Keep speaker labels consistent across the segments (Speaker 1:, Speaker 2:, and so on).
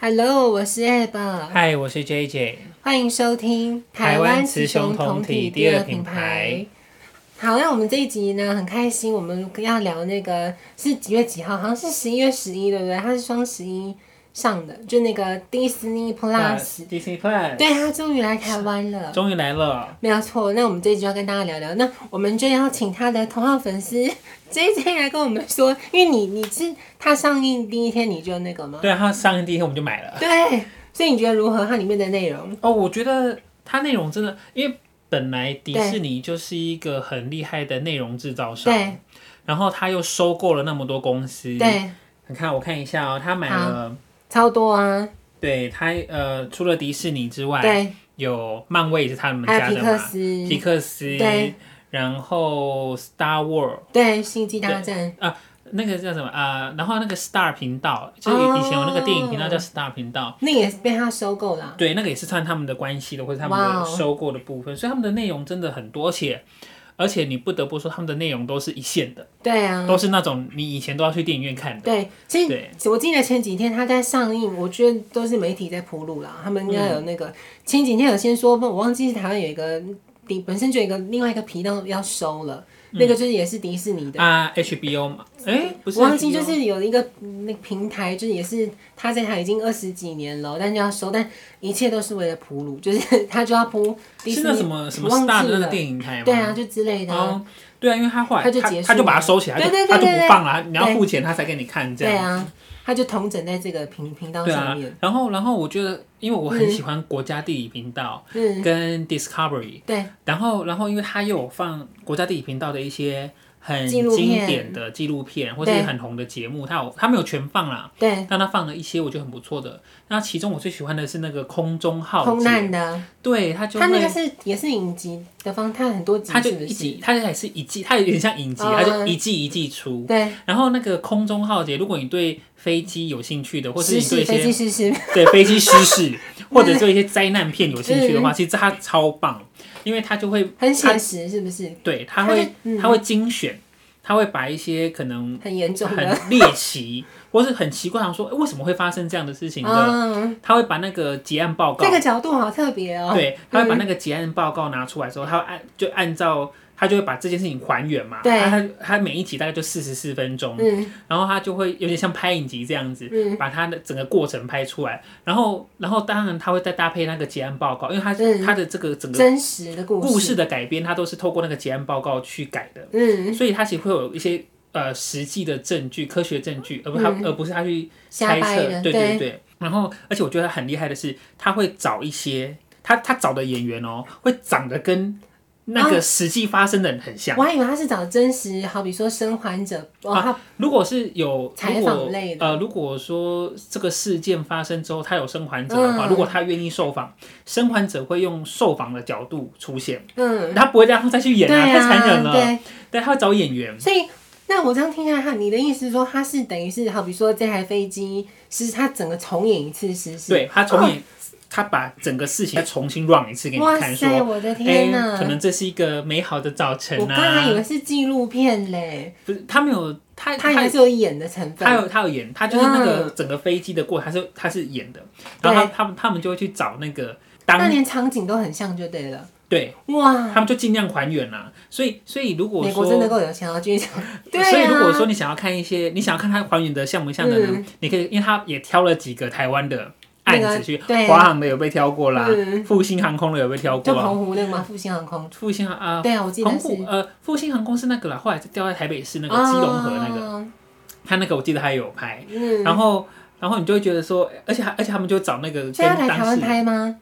Speaker 1: Hello，我是 Ab，
Speaker 2: 嗨，我是 JJ。
Speaker 1: 欢迎收听
Speaker 2: 台湾雌雄同体第二品牌。
Speaker 1: 好，那我们这一集呢很开心，我们要聊那个是几月几号？好像是十一月十一，对不对？它是双十一上的，就那个 Disney Plus，
Speaker 2: Disney Plus，
Speaker 1: 对，它终于来台湾了。
Speaker 2: 终于来了。
Speaker 1: 没有错，那我们这一集要跟大家聊聊，那我们就邀请他的同号粉丝 J J 来跟我们说，因为你你是他上映第一天你就那个吗？
Speaker 2: 对啊，它上映第一天我们就买了。
Speaker 1: 对，所以你觉得如何？它里面的内容？
Speaker 2: 哦，我觉得它内容真的，因为本来迪士尼就是一个很厉害的内容制造商，
Speaker 1: 对
Speaker 2: 然后他又收购了那么多公司。，
Speaker 1: 对，
Speaker 2: 你看，我看一下哦，他买了，
Speaker 1: 超多啊，
Speaker 2: 对他呃，除了迪士尼之外，
Speaker 1: 对，
Speaker 2: 有漫威也是他们
Speaker 1: 还
Speaker 2: 家
Speaker 1: 有皮
Speaker 2: 的
Speaker 1: 克
Speaker 2: 嘛，
Speaker 1: 斯，
Speaker 2: 皮克斯
Speaker 1: 对，
Speaker 2: 然后 Star War。
Speaker 1: 对，星际大战，
Speaker 2: 那个叫什么啊、呃然后那个 Star 频道，就
Speaker 1: 哦
Speaker 2: 以前有那个电影频道叫 Star 频道，
Speaker 1: 那也是被他收购啦、
Speaker 2: 对，那个也是算他们的关系的，或者他们
Speaker 1: 啊哇
Speaker 2: 的
Speaker 1: 哦
Speaker 2: 收购的部分，所以他们的内容真的很多，而且而且你不得不说，他们的内容都是一线的，
Speaker 1: 对啊，
Speaker 2: 都是那种你以前都要去电影院看的。
Speaker 1: 对，其
Speaker 2: 对
Speaker 1: 实我记得前几天他在上映，我觉得都是媒体在铺路啦，他们应该有那个、
Speaker 2: 嗯
Speaker 1: 前几天有先说，我忘记是台湾有一个迪本身就有一个另外一个频道要收了，
Speaker 2: 嗯
Speaker 1: 那个就是也是迪士尼的。
Speaker 2: 啊，HBO 嘛，哎，不是
Speaker 1: 我忘记
Speaker 2: HBO
Speaker 1: 就是有一个那个平台，就是也是他在台已经二十几年了，但就要收，但一切都是为了铺路，就是他就要铺迪士
Speaker 2: 是
Speaker 1: 尼
Speaker 2: 那什么什么
Speaker 1: 我忘记
Speaker 2: Star 的那个
Speaker 1: 了
Speaker 2: 电影台吗？
Speaker 1: 对啊，就之类的啊、
Speaker 2: 哦，对啊，因为他后来
Speaker 1: 他就
Speaker 2: 他
Speaker 1: 结束
Speaker 2: 他就把它
Speaker 1: 了
Speaker 2: 收起来，他就
Speaker 1: 对对对
Speaker 2: 他就
Speaker 1: 对对
Speaker 2: 不放了，你要
Speaker 1: 对
Speaker 2: 付钱他才给你看这
Speaker 1: 对
Speaker 2: 样。
Speaker 1: 啊，他就统整在这个频频道
Speaker 2: 对
Speaker 1: 上
Speaker 2: 啊
Speaker 1: 面。，
Speaker 2: 然后然后我觉得，因为我很喜欢国家地理频道
Speaker 1: 嗯，
Speaker 2: 跟 Discovery，
Speaker 1: 对
Speaker 2: 然后然后因为它又有放国家地理频道的一些很
Speaker 1: 纪录片
Speaker 2: 经典的纪录片或者
Speaker 1: 对
Speaker 2: 很红的节目，它有它没有全放啦，
Speaker 1: 对，
Speaker 2: 但它放了一些我觉得很不错的。那其中我最喜欢的是那个空中浩
Speaker 1: 空难
Speaker 2: 劫，
Speaker 1: 的，
Speaker 2: 对，它就
Speaker 1: 他那个
Speaker 2: 会。
Speaker 1: 是也是影集的方，他很多集
Speaker 2: 它就是
Speaker 1: 不
Speaker 2: 一
Speaker 1: 是？
Speaker 2: 集，它也是一季，它有点像影集，
Speaker 1: 哦
Speaker 2: 它就一季一季出。
Speaker 1: 对，
Speaker 2: 然后那个空中浩劫，如果你对飞机有兴趣的，或是
Speaker 1: 失
Speaker 2: 你对
Speaker 1: 事飞机
Speaker 2: 一些
Speaker 1: 失事，
Speaker 2: 对飞机失 事或者做一些灾难片有兴趣的话，其实它超棒，因为它就会
Speaker 1: 嗯很
Speaker 2: 它
Speaker 1: 写实是不是？
Speaker 2: 对它
Speaker 1: 它
Speaker 2: 会
Speaker 1: 就嗯
Speaker 2: 它会精选，它会把一些可能
Speaker 1: 很严重 的，
Speaker 2: 很猎奇或是很奇怪，想说诶哎为什么会发生这样的事情的，
Speaker 1: 嗯，
Speaker 2: 他会把那个结案报告
Speaker 1: 这，个角度好特别哦。
Speaker 2: 对，他会把那个结案报告拿出来之后，他会按就按照。他就会把这件事情还原嘛，
Speaker 1: 对
Speaker 2: 他他他每一集大概就四十四分钟，
Speaker 1: 嗯，
Speaker 2: 然后他就会有点像拍影集这样子，
Speaker 1: 嗯
Speaker 2: 把他的整个过程拍出来，然后然后当然他会再搭配那个结案报告，因为他、
Speaker 1: 嗯
Speaker 2: 他的这个整个
Speaker 1: 真实的故事，
Speaker 2: 故事的改编，他都是透过那个结案报告去改的，
Speaker 1: 嗯，
Speaker 2: 所以他其实会有一些呃实际的证据、科学证据，而不他、而不是他去
Speaker 1: 嗯瞎
Speaker 2: 猜
Speaker 1: 掰
Speaker 2: 测，
Speaker 1: 的，
Speaker 2: 对对。然后而且我觉得他很厉害的是，他会找一些他他找的演员哦，会长得跟
Speaker 1: 哦
Speaker 2: 那个实际发生的人很像。
Speaker 1: 我还以为他是找真实，好比说生还者，哦，
Speaker 2: 啊
Speaker 1: 他
Speaker 2: 如果是有
Speaker 1: 采
Speaker 2: 如
Speaker 1: 访
Speaker 2: 果
Speaker 1: 类的
Speaker 2: 呃，如果说这个事件发生之后，他有生还者的话，
Speaker 1: 嗯
Speaker 2: 如果他愿意受访，生还者会用受访的角度出现，
Speaker 1: 嗯，
Speaker 2: 他不会让他再去演
Speaker 1: 对
Speaker 2: 太残忍
Speaker 1: 啊，
Speaker 2: 了。
Speaker 1: 对，
Speaker 2: 对，他会找演员，
Speaker 1: 所以。那我这样听下来，你的意思是说，他是等于是好比说这台飞机，是他整个重演一次失事，
Speaker 2: 对他
Speaker 1: 哦
Speaker 2: 重演，他把整个事情再重新 run 一次给你
Speaker 1: 哇
Speaker 2: 看，
Speaker 1: 塞，
Speaker 2: 说。
Speaker 1: 我的
Speaker 2: 哎
Speaker 1: 天，呐！
Speaker 2: 可能这是一个美好的早晨
Speaker 1: 我刚才以
Speaker 2: 啊！
Speaker 1: 为是纪录片嘞，
Speaker 2: 不是，他没有，他
Speaker 1: 它还是嗯有演的成
Speaker 2: 他
Speaker 1: 分。
Speaker 2: 有他有演，他就是那个整个飞机的过程，他是他是演的。然后他他们他们就会去找那个
Speaker 1: 那
Speaker 2: 当
Speaker 1: 连场景都很像就对了。
Speaker 2: 对
Speaker 1: 哇，
Speaker 2: 他们就尽量还原啦、啊所以，所以如果
Speaker 1: 美
Speaker 2: 说，
Speaker 1: 国真的够有钱啊！继续讲，对啊。
Speaker 2: 所以如果说你想要看一些，你想要看它还原的像不像的呢？
Speaker 1: 嗯
Speaker 2: 你可以，因为他也挑了几个台湾的案
Speaker 1: 那个
Speaker 2: 子去，
Speaker 1: 对
Speaker 2: 华航的有被挑过啦，
Speaker 1: 嗯
Speaker 2: 复兴航空的有被挑
Speaker 1: 就
Speaker 2: 过啊，
Speaker 1: 澎湖那个嘛，复兴航空。
Speaker 2: 复兴航啊。
Speaker 1: 对啊，我记
Speaker 2: 澎
Speaker 1: 得是
Speaker 2: 湖呃，复兴航空是那个啦，后来就调在台北市那个
Speaker 1: 哦
Speaker 2: 基隆河那个，
Speaker 1: 个。
Speaker 2: 他那个我记得他也有拍，
Speaker 1: 嗯，
Speaker 2: 然后然后你就会觉得说，而且他而且他们就找那个
Speaker 1: 所以
Speaker 2: 跟
Speaker 1: 要来台
Speaker 2: 当
Speaker 1: 湾
Speaker 2: 事
Speaker 1: 拍吗？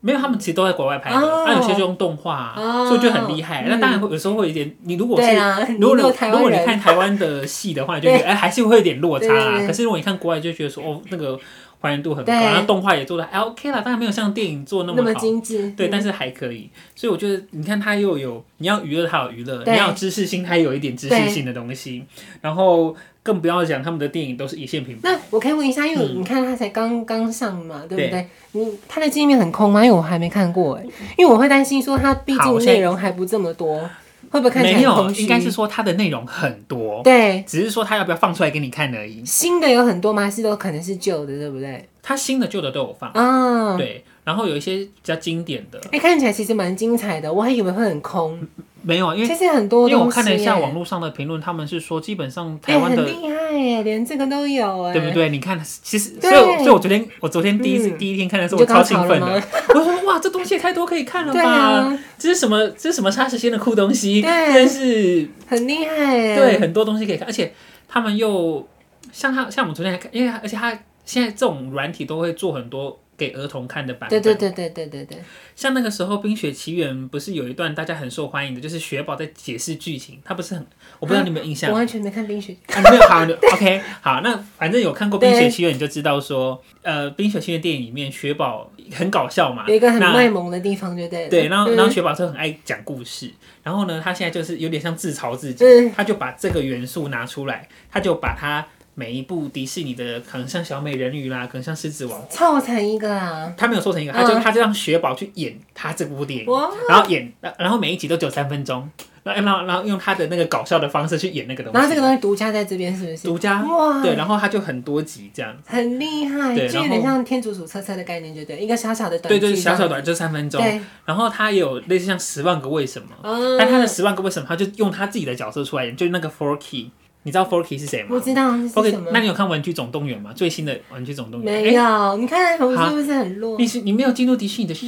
Speaker 2: 没有，他们其实都在国外拍的，啊
Speaker 1: 哦
Speaker 2: 那有些就用动画啊，
Speaker 1: 哦
Speaker 2: 所以就很厉害。那
Speaker 1: 嗯
Speaker 2: 当然会有时候会有一点，你如果是
Speaker 1: 对啊，
Speaker 2: 如果
Speaker 1: 你
Speaker 2: 你
Speaker 1: 有台
Speaker 2: 如
Speaker 1: 湾
Speaker 2: 果你
Speaker 1: 人，
Speaker 2: 看台湾的戏的 话，你就觉得哎还是会有点落
Speaker 1: 对
Speaker 2: 差
Speaker 1: 对
Speaker 2: 啦。
Speaker 1: 对
Speaker 2: 可是如果你看国外，就觉得说哦那个还原度很高，
Speaker 1: 对
Speaker 2: 然后动画也做的还 OK 啦，当然没有像电影做那
Speaker 1: 那
Speaker 2: 么
Speaker 1: 么
Speaker 2: 好。
Speaker 1: 精致。
Speaker 2: 对，
Speaker 1: 嗯
Speaker 2: 但是还可以，所以我觉得，你看它又有你要娱乐，它有娱乐；
Speaker 1: 对
Speaker 2: 你要有知识性，它也有一点知识性的东西。然后更不要讲他们的电影都是一线品牌，
Speaker 1: 那我可以问一下，因为你看它才刚刚上嘛，对
Speaker 2: 嗯对
Speaker 1: 不对？你它欸的界面很空吗？因为我还没看过哎，因为我会担心说它毕
Speaker 2: 好
Speaker 1: 竟
Speaker 2: 我现在
Speaker 1: 内容还不这么多。会不会看起来
Speaker 2: 没
Speaker 1: 很
Speaker 2: 有
Speaker 1: 空，虚？
Speaker 2: 应该是说它的内容很多，
Speaker 1: 对
Speaker 2: 只是说它要不要放出来给你看而已。
Speaker 1: 新的有很多吗？还是都可能是旧的，对不对？
Speaker 2: 它新的旧的都有放，
Speaker 1: 啊，
Speaker 2: 对，然后有一些比较经典的
Speaker 1: 哎、看起来其实蛮精彩的，我还以为会很空，
Speaker 2: 没有，因为
Speaker 1: 其实很
Speaker 2: 因
Speaker 1: 多东西耶。欸
Speaker 2: 为我看了一下网络上的评论，他们是说基本上台
Speaker 1: 哎、
Speaker 2: 湾
Speaker 1: 很
Speaker 2: 的
Speaker 1: 厉害耶，连这个都有哎，
Speaker 2: 对不？对？你看，其实所
Speaker 1: 对
Speaker 2: 以我所以我昨天我昨天第一次、
Speaker 1: 嗯
Speaker 2: 第一天看的时候，
Speaker 1: 你
Speaker 2: 我
Speaker 1: 就高潮
Speaker 2: 超兴
Speaker 1: 了
Speaker 2: 奋
Speaker 1: 吗
Speaker 2: 的，我说哇，这东西也太多可以看了吧？
Speaker 1: 对啊，
Speaker 2: 这是什么？这是什么杀时间的酷东西？
Speaker 1: 对
Speaker 2: 真是
Speaker 1: 很厉害耶。
Speaker 2: 对，很多东西可以看，而且他们又像他像我们昨天还看，因为他而且他现在这种软体都会做很多。给儿童看的版
Speaker 1: 对
Speaker 2: 本，
Speaker 1: 对对对对对对，
Speaker 2: 像那个时候《冰雪奇缘》不是有一段大家很受欢迎的，就是雪宝在解释剧情，他不是很，我不知道你有没有印象
Speaker 1: 我，完全没看冰雪，
Speaker 2: 啊，你没有好你，OK，好，那反正有看过《冰
Speaker 1: 对
Speaker 2: 雪奇缘》，你就知道说，呃，《冰雪奇缘》电影里面雪宝很搞笑嘛，
Speaker 1: 有一个很
Speaker 2: 那
Speaker 1: 卖萌的地方，就对了。
Speaker 2: 对，然后
Speaker 1: 嗯
Speaker 2: 然后雪宝就很爱讲故事，然后呢，他现在就是有点像自嘲自己，
Speaker 1: 嗯
Speaker 2: 他就把这个元素拿出来，他就把他每一部迪士尼的，可能像小美人鱼啦，可能像狮子王，
Speaker 1: 凑成一个啊，
Speaker 2: 他没有做成一个，他就
Speaker 1: 嗯
Speaker 2: 他就让雪宝去演他这部电影，
Speaker 1: 哇，
Speaker 2: 然后演，然后每一集都只有三分钟，然后然后然后用他的那个搞笑的方式去演那个东西，
Speaker 1: 然后这个东西独家在这边是不是？
Speaker 2: 独家
Speaker 1: 哇，
Speaker 2: 对，，然后他就很多集这样，
Speaker 1: 很厉害，
Speaker 2: 对
Speaker 1: 就有
Speaker 2: 然
Speaker 1: 点
Speaker 2: 后
Speaker 1: 像天竺鼠车车的概念，就对，一个小小的短剧
Speaker 2: 对
Speaker 1: 这
Speaker 2: 对，
Speaker 1: 样，
Speaker 2: 小小短就三分钟。
Speaker 1: 对，
Speaker 2: 然后他也有类似像《十万个为什么》，
Speaker 1: 嗯
Speaker 2: 但他的《十万个为什么》他就用他自己的角色出来演，就是那个 Forky，你知道 Forky 是谁吗
Speaker 1: 我知道是
Speaker 2: ？Forky，
Speaker 1: 什么
Speaker 2: 那。你有看《玩具总动员》吗？最新的《玩具总动员》
Speaker 1: 没
Speaker 2: 诶
Speaker 1: 有，你看我
Speaker 2: 好
Speaker 1: 是不是很弱？，
Speaker 2: 你是你没有进入迪士尼的世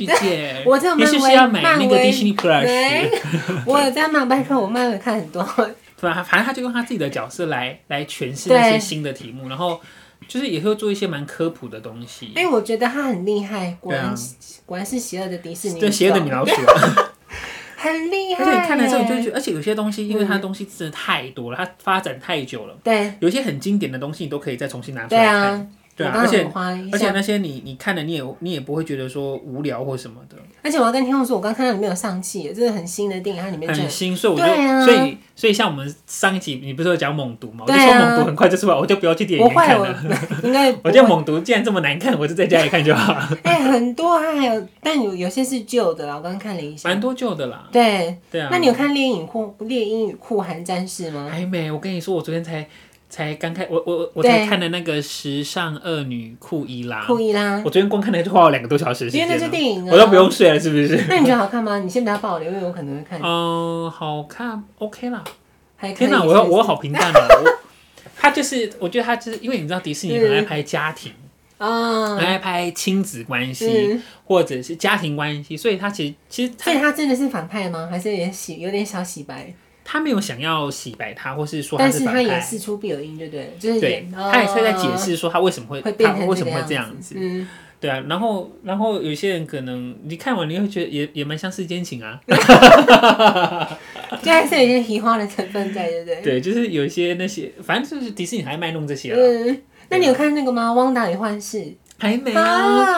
Speaker 2: 界
Speaker 1: 我这种
Speaker 2: 你
Speaker 1: 漫
Speaker 2: 是
Speaker 1: 威
Speaker 2: 不是要买那
Speaker 1: 漫
Speaker 2: 个
Speaker 1: 威
Speaker 2: 迪士尼 Plus？
Speaker 1: 没，我有在漫拜托我漫威看很多，
Speaker 2: 对啊，反正他就用他自己的角色来来诠释那些
Speaker 1: 对
Speaker 2: 新的题目，然后就是也会做一些蛮科普的东西。
Speaker 1: 因为哎我觉得他很厉害，果
Speaker 2: 对啊
Speaker 1: 然是、果然是邪恶的迪士尼，
Speaker 2: 对，邪恶的米老鼠。
Speaker 1: 很厉害
Speaker 2: 而
Speaker 1: 耶，
Speaker 2: 且你看了之后，你就会觉得，而且有些东西，因为它的东西真的太多了，它发展太久了，
Speaker 1: 对
Speaker 2: 有一些很经典的东西，你都可以再重新拿出
Speaker 1: 对
Speaker 2: 来看。
Speaker 1: 啊，
Speaker 2: 对啊
Speaker 1: 我刚
Speaker 2: 而
Speaker 1: 好
Speaker 2: 且
Speaker 1: 花一
Speaker 2: 而且
Speaker 1: 下，
Speaker 2: 那些你你看了，你也你也不会觉得说无聊或什么的，
Speaker 1: 而且我要跟听众说，我刚看到里面有上汽耶，这是很新的电影，它里面就
Speaker 2: 很新。所以我就、
Speaker 1: 对啊
Speaker 2: 所以所以像我们上一集你不是有讲猛毒嘛，我就
Speaker 1: 对
Speaker 2: 说
Speaker 1: 啊
Speaker 2: 猛毒很快就出来，我就不要去电影
Speaker 1: 我
Speaker 2: 院
Speaker 1: 坏
Speaker 2: 看
Speaker 1: 我
Speaker 2: 了。
Speaker 1: 应该不
Speaker 2: 我
Speaker 1: 会
Speaker 2: 觉得猛毒既然这么难看，我就在家里看就 好了，
Speaker 1: 哎、很多它还有，但有有些是旧的啦，我刚刚看了一下
Speaker 2: 蛮。多旧的啦。
Speaker 1: 对，
Speaker 2: 对啊，
Speaker 1: 那你有看《猎影酷猎鹰与酷寒战士》吗？
Speaker 2: 还没？我跟你说，我昨天才才刚看，我我我我
Speaker 1: 对
Speaker 2: 才看的那个《时尚恶女库伊拉》。
Speaker 1: 酷伊拉，
Speaker 2: 啊我昨天光看那个就花了两个多小时的时
Speaker 1: 因为
Speaker 2: 间
Speaker 1: 那是
Speaker 2: 了
Speaker 1: 电影啊，
Speaker 2: 我都不用睡了，是不是？
Speaker 1: 那你觉得好看吗？你先不要爆雷，因为我可能会看。
Speaker 2: 嗯，好看，OK 啦。
Speaker 1: 还可以
Speaker 2: 天哪，我要
Speaker 1: 是不是
Speaker 2: 我好平淡啊！我他就是，我觉得他就是因为你知道迪士尼很
Speaker 1: 嗯
Speaker 2: 爱拍家庭，很
Speaker 1: 啊，
Speaker 2: 爱拍亲子关系、
Speaker 1: 嗯，
Speaker 2: 或者是家庭关系，所以他其实其实
Speaker 1: 所
Speaker 2: 他
Speaker 1: 以他真的是反派吗？还是也洗有点小洗白？
Speaker 2: 他没有想要洗白他，或是说
Speaker 1: 但
Speaker 2: 是
Speaker 1: 是
Speaker 2: 反
Speaker 1: 他也
Speaker 2: 派。
Speaker 1: 事出必有因，就对了，就是
Speaker 2: 对
Speaker 1: 演，
Speaker 2: 他也是在解，
Speaker 1: 啊
Speaker 2: 释说他为什么会，
Speaker 1: 会变
Speaker 2: 他
Speaker 1: 成
Speaker 2: 为什么会这样
Speaker 1: 样
Speaker 2: 子，
Speaker 1: 嗯，
Speaker 2: 对啊，然后然后有些人可能你看完你会觉得也也蛮像世间情啊，
Speaker 1: 就还是有一些奇花的成分在，对不对？
Speaker 2: 对，啊就是有一些那些，反正就是迪士尼还卖弄这些了，
Speaker 1: 嗯，那
Speaker 2: 啊
Speaker 1: 你有看那个吗？《汪达与幻视》
Speaker 2: 还没啊。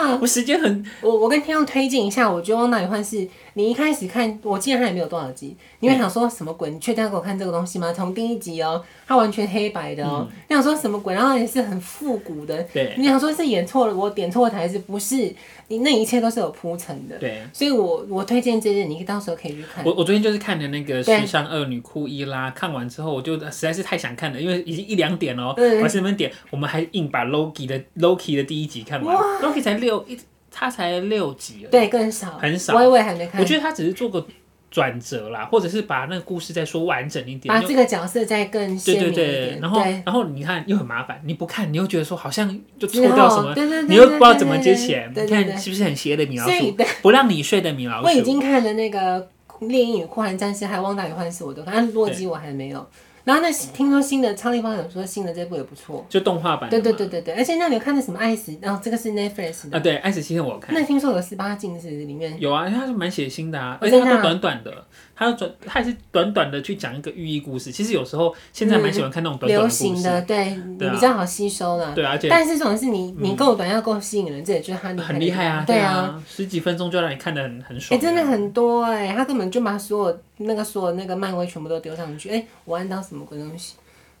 Speaker 1: 啊，
Speaker 2: 我时间很
Speaker 1: 我我跟听众推荐一下，我觉得《汪达与幻视》，你一开始看，我记得它也没有多少集，你会想说什么鬼？你确定要给我看这个东西吗？从第一集哦，它完全黑白的哦，你想说什么鬼？然后也是很复古的，
Speaker 2: 对
Speaker 1: 你想说是演错了，我点错台词，不是？你那一切都是有铺陈的，
Speaker 2: 对。
Speaker 1: 所以我我推荐这件，你到时候可以去看。
Speaker 2: 我我昨天就是看的那个《
Speaker 1: 哎对
Speaker 2: 时尚恶女库伊拉》，看完之后我就实在是太想看了，因为已经一两点了哦，
Speaker 1: 嗯
Speaker 2: 我还是那边点，我们还硬把 Loki 的 Loki 的第一集看完，Loki 才六一，他才六集而已，
Speaker 1: 对，更少，
Speaker 2: 很少
Speaker 1: 我以为还没看，
Speaker 2: 我觉得他只是做个转折啦，或者是把那个故事再说完整一点，
Speaker 1: 把
Speaker 2: 就
Speaker 1: 这个角色再更
Speaker 2: 对
Speaker 1: 鲜明
Speaker 2: 对
Speaker 1: 一点
Speaker 2: 对，，然后
Speaker 1: 对
Speaker 2: 然后你看又很麻烦，你不看你又觉得说好像就错
Speaker 1: 之后
Speaker 2: 掉什么，
Speaker 1: 对对对
Speaker 2: 你又不知道怎么接起来，
Speaker 1: 对
Speaker 2: 你
Speaker 1: 对对
Speaker 2: 看是不是很邪的米老
Speaker 1: 所以
Speaker 2: 鼠？不让你睡的米老
Speaker 1: 我已
Speaker 2: 鼠，
Speaker 1: 经看了那个《猎鹰与酷寒战士》，还有《汪达与幻视》，我都看，但是《洛基》我还没有。然后那听说新的《超立方》有说新的这部也不错，
Speaker 2: 就动画版的
Speaker 1: 对
Speaker 2: 嘛。
Speaker 1: 对对对对，而且那里有看的什么《爱死》，然后这个是 Netflix
Speaker 2: 啊，
Speaker 1: 的，
Speaker 2: 对，《爱死七天》我有看。
Speaker 1: 那听说有十八禁是里面，
Speaker 2: 有啊，因为它是蛮血腥的啊，
Speaker 1: 哦
Speaker 2: 而且
Speaker 1: 真的
Speaker 2: 它
Speaker 1: 啊
Speaker 2: 都短短的，它短它也是短短的去讲一个寓意故事。其实有时候现在蛮喜欢看那种短
Speaker 1: 嗯
Speaker 2: 短
Speaker 1: 流
Speaker 2: 的故
Speaker 1: 行
Speaker 2: 事，
Speaker 1: 的，对
Speaker 2: 对
Speaker 1: 你
Speaker 2: 啊
Speaker 1: 比较好吸收了。
Speaker 2: 对啊，而且
Speaker 1: 但是这种是你你够短要够吸引人，这也就是他厉害的
Speaker 2: 很
Speaker 1: 地
Speaker 2: 厉
Speaker 1: 方
Speaker 2: 害啊，
Speaker 1: 对啊。
Speaker 2: 啊，十几分钟就让你看得很很
Speaker 1: 哎、
Speaker 2: 爽，啊
Speaker 1: 真的很多哎、他根本就把所有那个所有那个漫威全部都丢上去。哎、我按到什么鬼东西，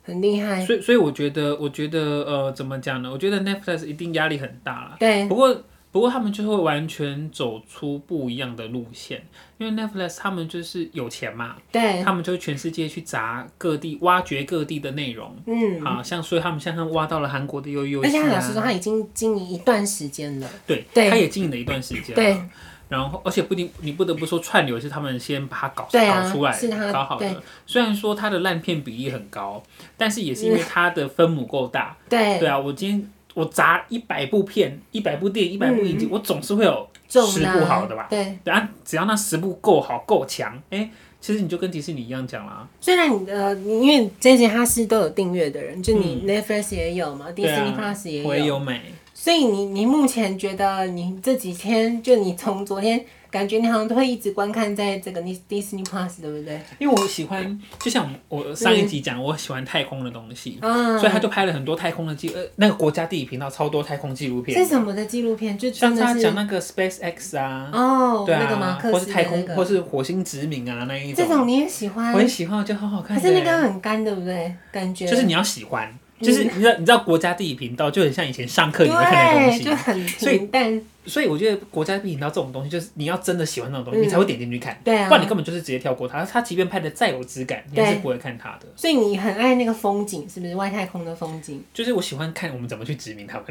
Speaker 1: 很厉害。
Speaker 2: 所以所以我觉得我觉得呃怎么讲呢？我觉得 Netflix 一定压力很大啦。
Speaker 1: 对，
Speaker 2: 不过不过他们就会完全走出不一样的路线，因为 Netflix 他们就是有钱嘛，
Speaker 1: 对，
Speaker 2: 他们就会全世界去砸各地，挖掘各地的内容。
Speaker 1: 嗯，
Speaker 2: 啊，像所以他们像他们挖到了韩国的悠悠、啊，
Speaker 1: 而且他老实说，他已经经营一段时间了，
Speaker 2: 对，
Speaker 1: 对
Speaker 2: 他也经营了一段时间啊，
Speaker 1: 对
Speaker 2: 然后，而且不一定，你不得不说，串流是他们先把它搞、
Speaker 1: 对啊
Speaker 2: 搞出来，
Speaker 1: 是他
Speaker 2: 搞好
Speaker 1: 对
Speaker 2: 的。虽然说它的烂片比例很高，但是也是因为它的分母够大。
Speaker 1: 嗯对
Speaker 2: 对啊，我今天我砸一百部片、一百部电影、一百部影集，我总是会有
Speaker 1: 重
Speaker 2: 十
Speaker 1: 啦
Speaker 2: 部好的吧？
Speaker 1: 嗯啊对，
Speaker 2: 对啊，只要那十部够好、够强，哎，其实你就跟迪士尼一样讲啦。
Speaker 1: 虽然你呃，你因为这些他是都有订阅的人，就你 Netflix 也有嘛
Speaker 2: 嗯对啊
Speaker 1: ，Disney Plus 也
Speaker 2: 我也
Speaker 1: 有，
Speaker 2: 有买。
Speaker 1: 所以你你目前觉得你这几天就你从昨天感觉你好像都会一直观看在这个 Dis- Disney Plus 对不对？
Speaker 2: 因为我喜欢，就像我上一集讲，我喜欢太空的东西，
Speaker 1: 啊，
Speaker 2: 嗯所以他就拍了很多太空的纪，呃，那个国家地理频道超多太空纪录片
Speaker 1: 是。什么的纪录片？就真
Speaker 2: 像他
Speaker 1: 的
Speaker 2: 讲
Speaker 1: 是
Speaker 2: 那个 SpaceX 啊，
Speaker 1: 哦，
Speaker 2: 对
Speaker 1: 那个马
Speaker 2: 啊，
Speaker 1: 克
Speaker 2: 或
Speaker 1: 思
Speaker 2: 是
Speaker 1: 的
Speaker 2: 太空
Speaker 1: 那，个
Speaker 2: 或是火星殖民啊那一
Speaker 1: 这
Speaker 2: 种，
Speaker 1: 种你也喜欢
Speaker 2: 我，很喜欢，我觉得好好看
Speaker 1: 可
Speaker 2: 的。欸
Speaker 1: 是那个很干，对不对？感觉
Speaker 2: 就是你要喜欢，就是你知道，你知道国家地理频道就很像以前上课你会看的东
Speaker 1: 嗯对，就
Speaker 2: 西，
Speaker 1: 很
Speaker 2: 所以
Speaker 1: 平淡，
Speaker 2: 所以我觉得国家地理频道这种东西，就是你要真的喜欢那种东西，
Speaker 1: 嗯
Speaker 2: 你才会点进去看，
Speaker 1: 对啊
Speaker 2: 不然你根本就是直接跳过它。它即便拍的再有质感，你还是不会看它的。
Speaker 1: 所以你很爱那个风景，是不是外太空的风景？
Speaker 2: 就是我喜欢看我们怎么去殖民他们，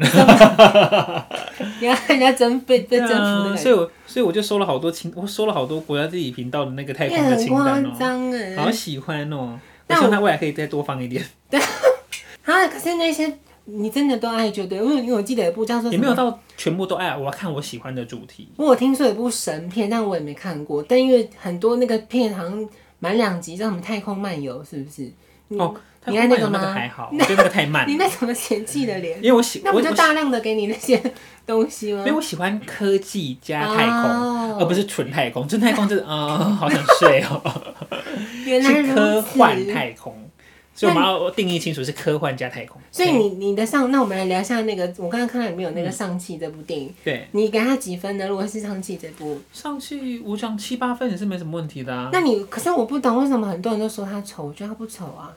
Speaker 1: 你要看人家征被被征服的
Speaker 2: 啊
Speaker 1: 感
Speaker 2: 所
Speaker 1: 觉，
Speaker 2: 以我所以我就收了好多清，我收了好多国家地理频道的那个太
Speaker 1: 也
Speaker 2: 空的
Speaker 1: 很
Speaker 2: 清单
Speaker 1: 夸
Speaker 2: 哦、
Speaker 1: 张
Speaker 2: 好
Speaker 1: 哎。
Speaker 2: 喜欢哦、我
Speaker 1: 但
Speaker 2: 希
Speaker 1: 我
Speaker 2: 望他未来可以再多放 一点，
Speaker 1: 啊，可是那些你真的都爱就对，因为因为我记得有一部叫做
Speaker 2: 也
Speaker 1: 什
Speaker 2: 没
Speaker 1: 么
Speaker 2: 有到全部都爱，我要看我喜欢的主题。
Speaker 1: 我有听说有部神片，但我也没看过。但因为很多那个片好像满两集，像什么《太空漫游》，是不是？你
Speaker 2: 哦，他
Speaker 1: 你爱那个
Speaker 2: 慢
Speaker 1: 吗
Speaker 2: 那个还好，我觉得那个太慢
Speaker 1: 嗯你
Speaker 2: 了，
Speaker 1: 那什么嫌弃的脸？
Speaker 2: 因为我喜
Speaker 1: 那不
Speaker 2: 我我
Speaker 1: 就
Speaker 2: 喜
Speaker 1: 大量的给你那些东西吗
Speaker 2: 因为？我喜欢科技加太空。
Speaker 1: 哦
Speaker 2: 而不是纯太空，纯太空就是啊、呃好想睡 哦，
Speaker 1: 原来
Speaker 2: 是
Speaker 1: 如
Speaker 2: 科
Speaker 1: 此
Speaker 2: 幻太空，所以我们要定义清楚是科幻加太空。
Speaker 1: 所以你你的上，那我们来聊一下那个，我刚刚看到里面有那个上汽这部电影，
Speaker 2: 对
Speaker 1: 你给他几分呢？如果是上汽这部，
Speaker 2: 上汽我讲七八分也是没什么问题的啊。
Speaker 1: 那你可是我不懂为什么很多人都说他丑，我觉得他不丑啊，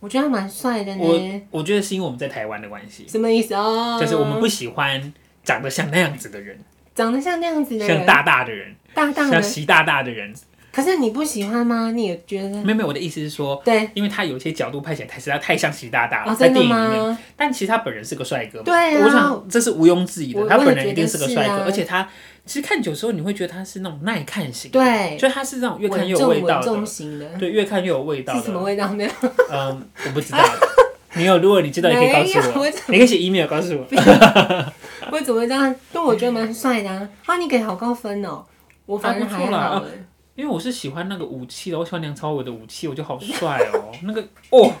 Speaker 1: 我觉得他蛮帅的
Speaker 2: 我
Speaker 1: 呢。
Speaker 2: 我觉得是因为我们在台湾的关系，
Speaker 1: 什么意思哦？
Speaker 2: 就是我们不喜欢长得像那样子的人，
Speaker 1: 长得像那样子的人，
Speaker 2: 像大大的人，
Speaker 1: 大大
Speaker 2: 像
Speaker 1: 的，
Speaker 2: 习大大的人。
Speaker 1: 可是你不喜欢吗？你也觉得
Speaker 2: 没有没有，我的意思是说，
Speaker 1: 对
Speaker 2: 因为他有一些角度拍起来太实在太像习大大了，
Speaker 1: 啊？
Speaker 2: 在
Speaker 1: 真的
Speaker 2: 电影里面。
Speaker 1: 吗？
Speaker 2: 但其实他本人是个帅哥嘛，
Speaker 1: 对啊
Speaker 2: 我想这是毋庸置疑
Speaker 1: 我
Speaker 2: 的，他
Speaker 1: 我也
Speaker 2: 本人一定是个
Speaker 1: 觉得
Speaker 2: 帅
Speaker 1: 是
Speaker 2: 哥，
Speaker 1: 啊
Speaker 2: 而且他其实看久之后你会觉得他是那种耐看型，，
Speaker 1: 对，
Speaker 2: 就他是那种越看越
Speaker 1: 稳
Speaker 2: 有
Speaker 1: 重
Speaker 2: 味道
Speaker 1: 稳重
Speaker 2: 的，
Speaker 1: 型 的，
Speaker 2: 对，越看越有味道
Speaker 1: 是什么
Speaker 2: 的，
Speaker 1: 味道？没 有，
Speaker 2: 嗯，我不知道，你有，如果你知道，你可以告 诉
Speaker 1: 没有
Speaker 2: 我
Speaker 1: 我，
Speaker 2: 你可以写 email 告诉我，
Speaker 1: 我怎么这样？但我觉得蛮帅的啊！啊，你给好高分哦，我反正
Speaker 2: 还
Speaker 1: 还
Speaker 2: 不错啦
Speaker 1: 好
Speaker 2: 啊
Speaker 1: 哎。
Speaker 2: 因为我是喜欢那个武器的，我喜欢梁朝伟的武器，我觉得好帅 哦，那个哦，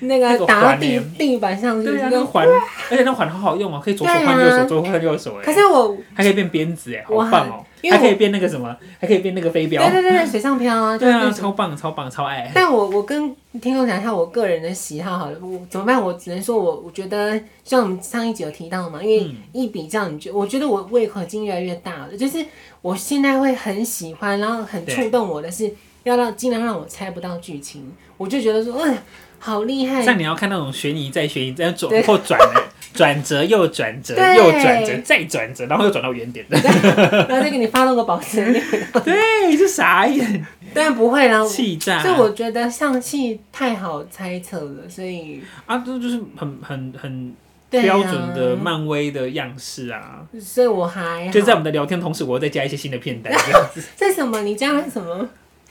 Speaker 1: 那
Speaker 2: 那
Speaker 1: 个
Speaker 2: 个
Speaker 1: 打到
Speaker 2: 环
Speaker 1: 地
Speaker 2: 欸
Speaker 1: 地板上去，
Speaker 2: 对啊，那个
Speaker 1: 跟
Speaker 2: 环，而且那个环好好用哦，可以左手换
Speaker 1: 对啊
Speaker 2: 右手，左手换右手，
Speaker 1: 可
Speaker 2: 哎，
Speaker 1: 是我，
Speaker 2: 还可以变鞭子，哎，好
Speaker 1: 哇
Speaker 2: 棒哦，
Speaker 1: 因为
Speaker 2: 还
Speaker 1: 我
Speaker 2: 可以变那个什么，还可以变那个飞镖
Speaker 1: 对。对对对，水上漂啊，
Speaker 2: 对啊，
Speaker 1: 就是那种
Speaker 2: 超棒，超棒，超爱。
Speaker 1: 但我我跟听众讲一下我个人的喜好好了，我怎么办？我只能说我我觉得，像我们上一集有提到嘛，因为
Speaker 2: 嗯
Speaker 1: 一比较，你觉我觉得我胃口已经越来越大了，就是我现在会很喜欢，然后很触动我的是，要让尽量让我猜不到剧情，我就觉得说，哎、呀，好厉害，
Speaker 2: 像你要看那种悬疑再悬疑，再
Speaker 1: 对
Speaker 2: 转或转的转折又转折
Speaker 1: 对
Speaker 2: 又转折再转折，然后又转到原点。
Speaker 1: 然后再给你发动个保持 力，
Speaker 2: 对，就傻眼，
Speaker 1: 当然不会啦。所
Speaker 2: 气炸。
Speaker 1: 以我觉得上戏太好猜测了，所以
Speaker 2: 啊，这就是很很很
Speaker 1: 对、啊、
Speaker 2: 标准的漫威的样式啊。
Speaker 1: 所以我哎还好
Speaker 2: 就在我们的聊天同时，我又再加一些新的片单， 这样子。
Speaker 1: 这什么？你加了什么？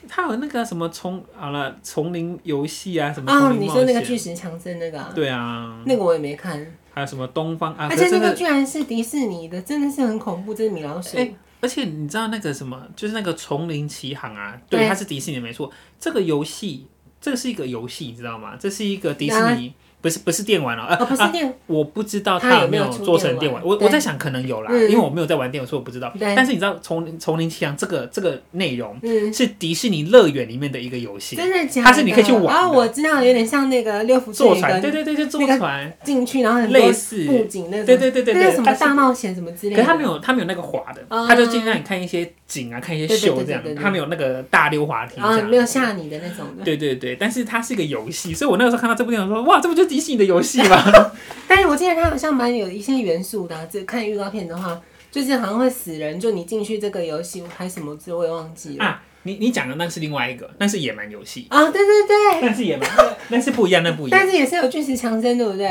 Speaker 2: 它有那个什么丛好了丛林游戏啊，什么丛
Speaker 1: 哦，
Speaker 2: 林
Speaker 1: 你
Speaker 2: 冒
Speaker 1: 说那个
Speaker 2: 险
Speaker 1: 巨石强森那个、啊，
Speaker 2: 对啊，
Speaker 1: 那个我也没看，
Speaker 2: 还有什么东方啊，
Speaker 1: 而
Speaker 2: 可
Speaker 1: 且那
Speaker 2: 是真的
Speaker 1: 个居然是迪士尼的，真的是很恐怖，这是米老鼠。
Speaker 2: 哎而且你知道那个什么，就是那个《丛林奇航》啊，
Speaker 1: 对
Speaker 2: 对，它是迪士尼的没错。这个游戏，这个是一个游戏，你知道吗？这是一个迪士尼，不是不是电玩哦、呃
Speaker 1: 哦，不是
Speaker 2: 啊，
Speaker 1: 电影，
Speaker 2: 我不知道
Speaker 1: 它
Speaker 2: 它
Speaker 1: 有
Speaker 2: 有
Speaker 1: 没
Speaker 2: 没
Speaker 1: 有
Speaker 2: 有做
Speaker 1: 出
Speaker 2: 成电玩。
Speaker 1: 电玩
Speaker 2: 我
Speaker 1: 对
Speaker 2: 我在想可能有啦，
Speaker 1: 嗯
Speaker 2: 因为我没有在玩电玩，所以我不知道。
Speaker 1: 对
Speaker 2: 但是你知道《丛林丛林奇航》这个这个内容
Speaker 1: 嗯，
Speaker 2: 是迪士尼乐园里面的一个游戏，
Speaker 1: 真的假的？
Speaker 2: 它是你可以去玩的
Speaker 1: 啊，我知道，有点像那个六福村
Speaker 2: 坐
Speaker 1: 有一
Speaker 2: 船，对
Speaker 1: 个
Speaker 2: 对对，就坐
Speaker 1: 那个
Speaker 2: 船，
Speaker 1: 进去，然后很多
Speaker 2: 类似。
Speaker 1: 布景那种，
Speaker 2: 对对对对
Speaker 1: 那
Speaker 2: 对，
Speaker 1: 是什么
Speaker 2: 它是
Speaker 1: 大冒险什么之类
Speaker 2: 可
Speaker 1: 的。
Speaker 2: 是他没有，他没有那个滑的，
Speaker 1: 嗯
Speaker 2: 他就尽量你看一些景啊，看一些
Speaker 1: 对对对
Speaker 2: 秀这样
Speaker 1: 对对，对
Speaker 2: 他没有那个大溜滑梯这
Speaker 1: 啊，
Speaker 2: 样
Speaker 1: 没。有吓你的那种的。
Speaker 2: 对对对，但是它是一个游戏，所以我那个时候看到这部电影我说，哇，这不就是迪士尼的游戏吗？
Speaker 1: 但是我记得它好像蛮有一些元素的啊，这看预告片的话，就是好像会死人，就你进去这个游戏还什么字我也忘记了
Speaker 2: 啊，你你讲的那是另外一个，那是野蛮游戏，
Speaker 1: 啊，对对对，
Speaker 2: 那是野蛮，那是不一样，那不一样
Speaker 1: 但是也是有巨石强森，对不对？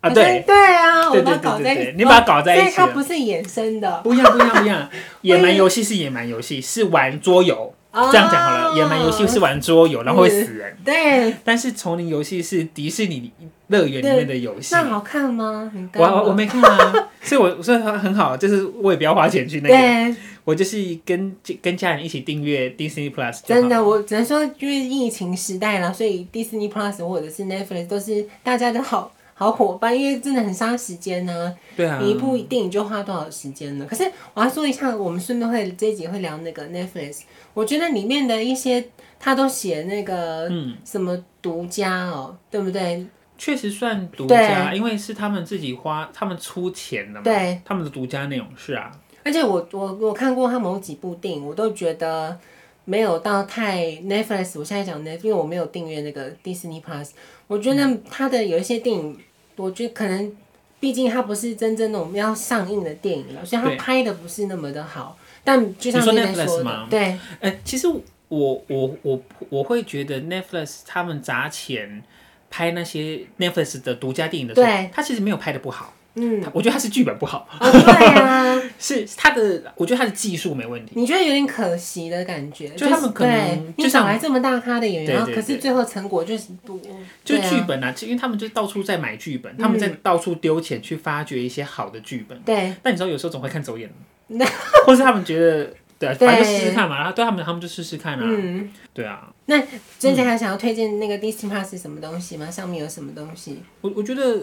Speaker 2: 啊，
Speaker 1: 好像
Speaker 2: 对，
Speaker 1: 对啊，我
Speaker 2: 对对
Speaker 1: 把它
Speaker 2: 对
Speaker 1: 搞
Speaker 2: 对
Speaker 1: 在
Speaker 2: 对
Speaker 1: 一起，哦
Speaker 2: 你把它搞在一
Speaker 1: 所以
Speaker 2: 起
Speaker 1: 它
Speaker 2: 了
Speaker 1: 不是衍生的，
Speaker 2: 不一样，不一样，不一 样。野蛮游戏是野蛮游戏，是玩桌游。
Speaker 1: 哦
Speaker 2: 这样讲好了，野蛮游戏是玩桌游，然后会死人。
Speaker 1: 对，
Speaker 2: 但是丛林游戏是迪士尼乐园里面的游戏。
Speaker 1: 那好看吗？你
Speaker 2: 我
Speaker 1: 干嘛
Speaker 2: 我我没看啊，所 以我所以很好，啊就是我也不要花钱去那个，
Speaker 1: 对，
Speaker 2: 我就是跟跟家人一起订阅 Disney Plus 就好
Speaker 1: 真。的，我只能说，因为疫情时代了，所以 Disney Plus 或者是 Netflix 都是大家的好好伙伴，因为真的很杀时间呢、
Speaker 2: 对啊，
Speaker 1: 你一部电影就花多少时间呢？可是我要说一下，我们顺便会这一集会聊那个 Netflix，我觉得里面的一些他都写那个
Speaker 2: 嗯
Speaker 1: 什么独家哦、对不对？
Speaker 2: 确实算独家，因为是他们自己花，他们出钱的嘛，
Speaker 1: 对，
Speaker 2: 他们的独家内容是啊，
Speaker 1: 而且我我我看过他某几部电影，我都觉得没有到太 Netflix。我现在讲 Netflix，因为我没有订阅那个 Disney Plus，我觉
Speaker 2: 嗯
Speaker 1: 得他的有一些电影，我觉得可能毕竟它不是真正那种要上映的电影了，所以它
Speaker 2: 对
Speaker 1: 拍的不是那么的好。但就像
Speaker 2: 你说
Speaker 1: 边
Speaker 2: Netflix
Speaker 1: 说的
Speaker 2: 吗，
Speaker 1: 对，
Speaker 2: 呃，其实我我我我会觉得 Netflix 他们砸钱拍那些 Netflix 的独家电影的时候
Speaker 1: 对，
Speaker 2: 他其实没有拍的不好，
Speaker 1: 嗯，
Speaker 2: 他我觉得他是剧本不好，
Speaker 1: 哦，对 啊，
Speaker 2: 是他的，我觉得他的技术没问题。
Speaker 1: 你觉得有点可惜的感觉，
Speaker 2: 就他们可能
Speaker 1: 对
Speaker 2: 就
Speaker 1: 你找
Speaker 2: 像
Speaker 1: 来这么大咖的演员，
Speaker 2: 对
Speaker 1: 然后
Speaker 2: 对
Speaker 1: 可是
Speaker 2: 对
Speaker 1: 最后成果就是不，
Speaker 2: 就是
Speaker 1: 对啊嗯
Speaker 2: 剧本啊，因为他们就到处在买剧本，他们在到处丢钱去发掘一些好的剧本。
Speaker 1: 对，
Speaker 2: 但你知道，有时候总会看走眼，
Speaker 1: 那
Speaker 2: 或是他们觉得对啊，
Speaker 1: 对
Speaker 2: 反正就试试看嘛。然后对他们，他们就试试看啊。
Speaker 1: 嗯。
Speaker 2: 对啊，
Speaker 1: 那真正还想要推荐那个 Disney Plus 是什么东
Speaker 2: 嗯
Speaker 1: 西吗？上面有什么东西？
Speaker 2: 我我觉得，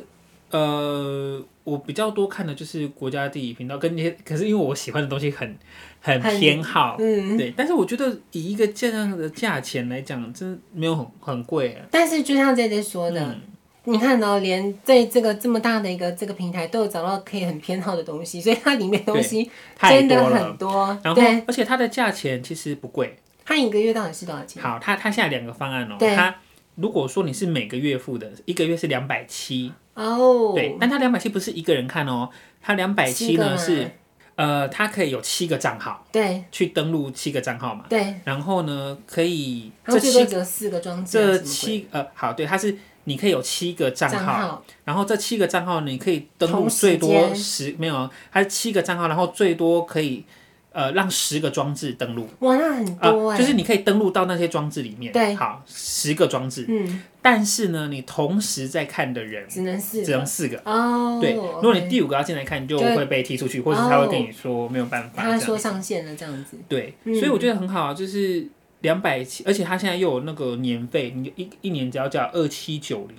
Speaker 2: 呃，我比较多看的就是国家地理频道，跟那些，可是因为我喜欢的东西很很
Speaker 1: 很
Speaker 2: 偏好，
Speaker 1: 嗯，
Speaker 2: 对。但是我觉得以一个这样的价钱来讲，真的没有很很贵啊。
Speaker 1: 但是就像 J J 说的，
Speaker 2: 嗯
Speaker 1: 你看到、连在这个这么大的一个这个平台都有找到可以很偏好的东西，所以它里面东西
Speaker 2: 太
Speaker 1: 真
Speaker 2: 多
Speaker 1: 的
Speaker 2: 了。
Speaker 1: 很多。
Speaker 2: 然后
Speaker 1: 对，，
Speaker 2: 而且它的价钱其实不贵。
Speaker 1: 它一个月到底是多少钱？
Speaker 2: 好，它它现在两个方案哦、
Speaker 1: 对
Speaker 2: 它如果说你是每个月付的，一个月是两百七，
Speaker 1: 哦，
Speaker 2: 对，但它两百七不是一个人看哦、它两百七
Speaker 1: 七个
Speaker 2: 呢
Speaker 1: 人
Speaker 2: 是呃，它可以有七个账号
Speaker 1: 对
Speaker 2: 去登录七个账号嘛，
Speaker 1: 对，
Speaker 2: 然后呢可以
Speaker 1: 然
Speaker 2: 这
Speaker 1: 后最多
Speaker 2: 七
Speaker 1: 只有四个装置啊，什
Speaker 2: 这
Speaker 1: 么鬼
Speaker 2: 七呃好对，它是你可以有七个账
Speaker 1: 账
Speaker 2: 号，
Speaker 1: 号，
Speaker 2: 然后这七个账号你可以登录
Speaker 1: 同时
Speaker 2: 最多
Speaker 1: 间
Speaker 2: 十没有，啊它是七个账号，然后最多可以呃让十个装置登录。
Speaker 1: 哇，那很
Speaker 2: 啊
Speaker 1: 多哎、
Speaker 2: 就是你可以登录到那些装置里面，
Speaker 1: 对
Speaker 2: 好，十个装置，
Speaker 1: 嗯，
Speaker 2: 但是呢，你同时在看的人
Speaker 1: 只能四
Speaker 2: 只能四个，
Speaker 1: 哦。
Speaker 2: 对，如果你
Speaker 1: OK
Speaker 2: 第五个要进来看，你就
Speaker 1: 就会哦
Speaker 2: 会被踢出去，或者是他会跟你说没有办法，
Speaker 1: 他
Speaker 2: 这
Speaker 1: 说
Speaker 2: 样
Speaker 1: 上线了这样子，
Speaker 2: 对，
Speaker 1: 嗯
Speaker 2: 所以我觉得很好，啊就是两百七，而且他现在又有那个年费，你一一年只要缴二七九零，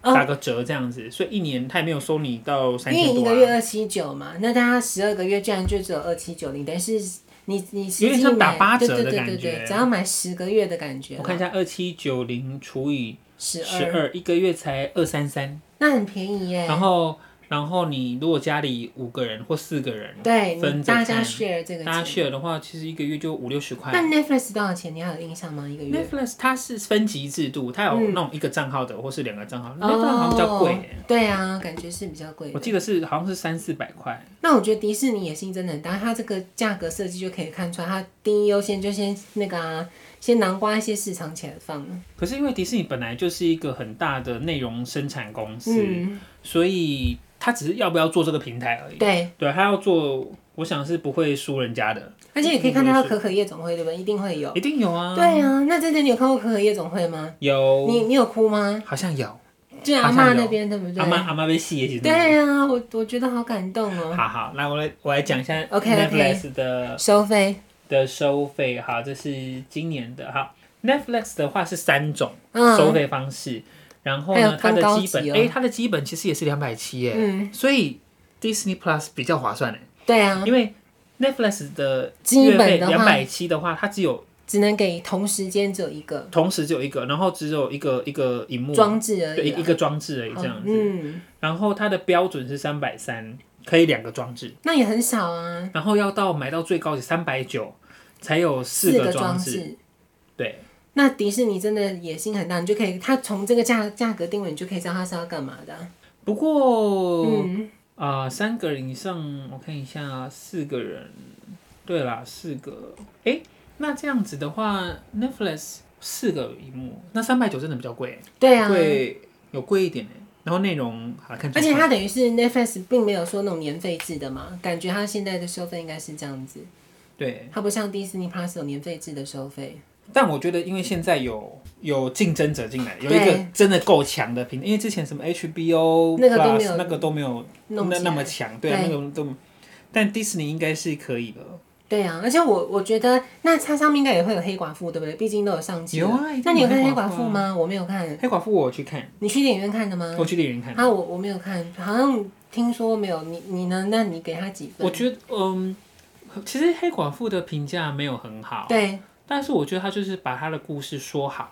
Speaker 1: 哦
Speaker 2: 打个折这样子，所以一年他也没有收你到三
Speaker 1: 因为
Speaker 2: 千
Speaker 1: 一
Speaker 2: 多、
Speaker 1: 个月
Speaker 2: 啊。
Speaker 1: 二七九嘛，那他十二个月居然就只有二七九零，等于是你你实
Speaker 2: 有点
Speaker 1: 际
Speaker 2: 像打
Speaker 1: 买
Speaker 2: 八
Speaker 1: 对
Speaker 2: 折
Speaker 1: 对
Speaker 2: 的
Speaker 1: 对
Speaker 2: 感
Speaker 1: 对对
Speaker 2: 觉
Speaker 1: 只要买十个月的感觉啦，
Speaker 2: 我看一下，二七九零除以
Speaker 1: 十
Speaker 2: 十
Speaker 1: 二，
Speaker 2: 二，一个月才二三三。
Speaker 1: 那很便宜耶。
Speaker 2: 然后，然后你如果家里五个人或四个人，
Speaker 1: 对，你
Speaker 2: 分着
Speaker 1: 大家
Speaker 2: 看
Speaker 1: share 这个
Speaker 2: 大家
Speaker 1: 钱。
Speaker 2: share 的话，其实一个月就五六十块。
Speaker 1: 那 Netflix 多少钱？你还有印象吗？一个月？
Speaker 2: Netflix 它是分级制度，它有
Speaker 1: 嗯
Speaker 2: 那种一个账号的或是两个账号、
Speaker 1: 哦
Speaker 2: n e t f l i x 好像比较贵耶、
Speaker 1: 对啊，感觉是比较贵
Speaker 2: 我
Speaker 1: 的。
Speaker 2: 记得是好像是三四百块。
Speaker 1: 那我觉得迪士尼野心真的很大，它这个价格设计就可以看出来，它第一优先就先那个啊，先南瓜一些市场起来放。
Speaker 2: 可是因为迪士尼本来就是一个很大的内容生产公司，
Speaker 1: 嗯，
Speaker 2: 所以它只是要不要做这个平台而已。
Speaker 1: 对，
Speaker 2: 对，它要做，我想是不会输人家的，
Speaker 1: 而且也可以看到它可可夜总会对不对？一定会有。
Speaker 2: 一定有啊，
Speaker 1: 对啊，那真的你有看过《可可夜总会》吗？
Speaker 2: 有，
Speaker 1: 你你有哭吗？
Speaker 2: 好像有。
Speaker 1: 就阿
Speaker 2: 好
Speaker 1: 妈
Speaker 2: 像有
Speaker 1: 那边对不对
Speaker 2: 阿？妈阿妈被戏也其实
Speaker 1: 对啊，我我觉得好感动哦。
Speaker 2: 好好，那我来我来讲一下
Speaker 1: OK，OK
Speaker 2: Netflix 的
Speaker 1: 收费，
Speaker 2: 的收费。好，这是今年的哈。Netflix 的话是三种
Speaker 1: 嗯
Speaker 2: 收费方式，然后
Speaker 1: 还有
Speaker 2: 呢，它
Speaker 1: 更
Speaker 2: 的
Speaker 1: 高
Speaker 2: 基本
Speaker 1: 级哦
Speaker 2: 诶，它的基本其实也是两百七耶，
Speaker 1: 嗯，
Speaker 2: 所以 Disney Plus 比较划算诶，
Speaker 1: 对啊，
Speaker 2: 因为 Netflix 的
Speaker 1: 基
Speaker 2: 月费
Speaker 1: 本的
Speaker 2: 两
Speaker 1: 话
Speaker 2: 百七的话，它只有
Speaker 1: 只能给同时间只有一个
Speaker 2: 同时只有一个，然后只有一个一个荧幕，
Speaker 1: 装置而
Speaker 2: 嗯对
Speaker 1: 已
Speaker 2: 一
Speaker 1: 啦。
Speaker 2: 个装置而已
Speaker 1: 哦
Speaker 2: 这样子，
Speaker 1: 嗯，
Speaker 2: 然后它的标准是三百三，可以两个装置。
Speaker 1: 那也很少啊，
Speaker 2: 然后要到买到最高级三百九，才有四
Speaker 1: 四
Speaker 2: 个装
Speaker 1: 装
Speaker 2: 置。。对，
Speaker 1: 那迪士尼真的野心很大，你就可以，它从这个价价格定位，你就可以知道它是要干嘛的啊。
Speaker 2: 不过、
Speaker 1: 嗯，
Speaker 2: 啊、三个人以上，我看一下，四个人，对啦，四个。诶，那这样子的话，Netflix 四个一幕，那三百九真的比较贵，
Speaker 1: 对啊，
Speaker 2: 贵有贵一点哎。然后内容好看
Speaker 1: 而
Speaker 2: 状况，
Speaker 1: 且它等于是 Netflix 并没有说那种年费制的嘛，感觉它现在的收费应该是这样子，
Speaker 2: 对，
Speaker 1: 它不像 Disney Plus 有年费制的收费。
Speaker 2: 但我觉得因为现在有有竞争者进来，有
Speaker 1: 对
Speaker 2: 一个真的够强的平台，因为之前什么 HBO
Speaker 1: 那个都没有
Speaker 2: Plus 那个都没有
Speaker 1: 弄起
Speaker 2: 那
Speaker 1: 来
Speaker 2: 那么强，对啊，那个都，但 Disney 应该是可以的。
Speaker 1: 对啊，而且我我觉得那它上面应该也会有黑寡妇，对不对？毕竟都有上集了。
Speaker 2: 有啊一定有
Speaker 1: 那你有看黑
Speaker 2: 黑寡妇啊
Speaker 1: 寡妇吗？我没有看，
Speaker 2: 黑寡妇我有去看，
Speaker 1: 你去电影院看的吗？
Speaker 2: 我去猎人看，
Speaker 1: 啊，我我没有看，好像听说没有。你你呢？那你给他几分？
Speaker 2: 我觉得嗯，其实黑寡妇的评价没有很好，
Speaker 1: 对
Speaker 2: 但是我觉得他就是把他的故事说好，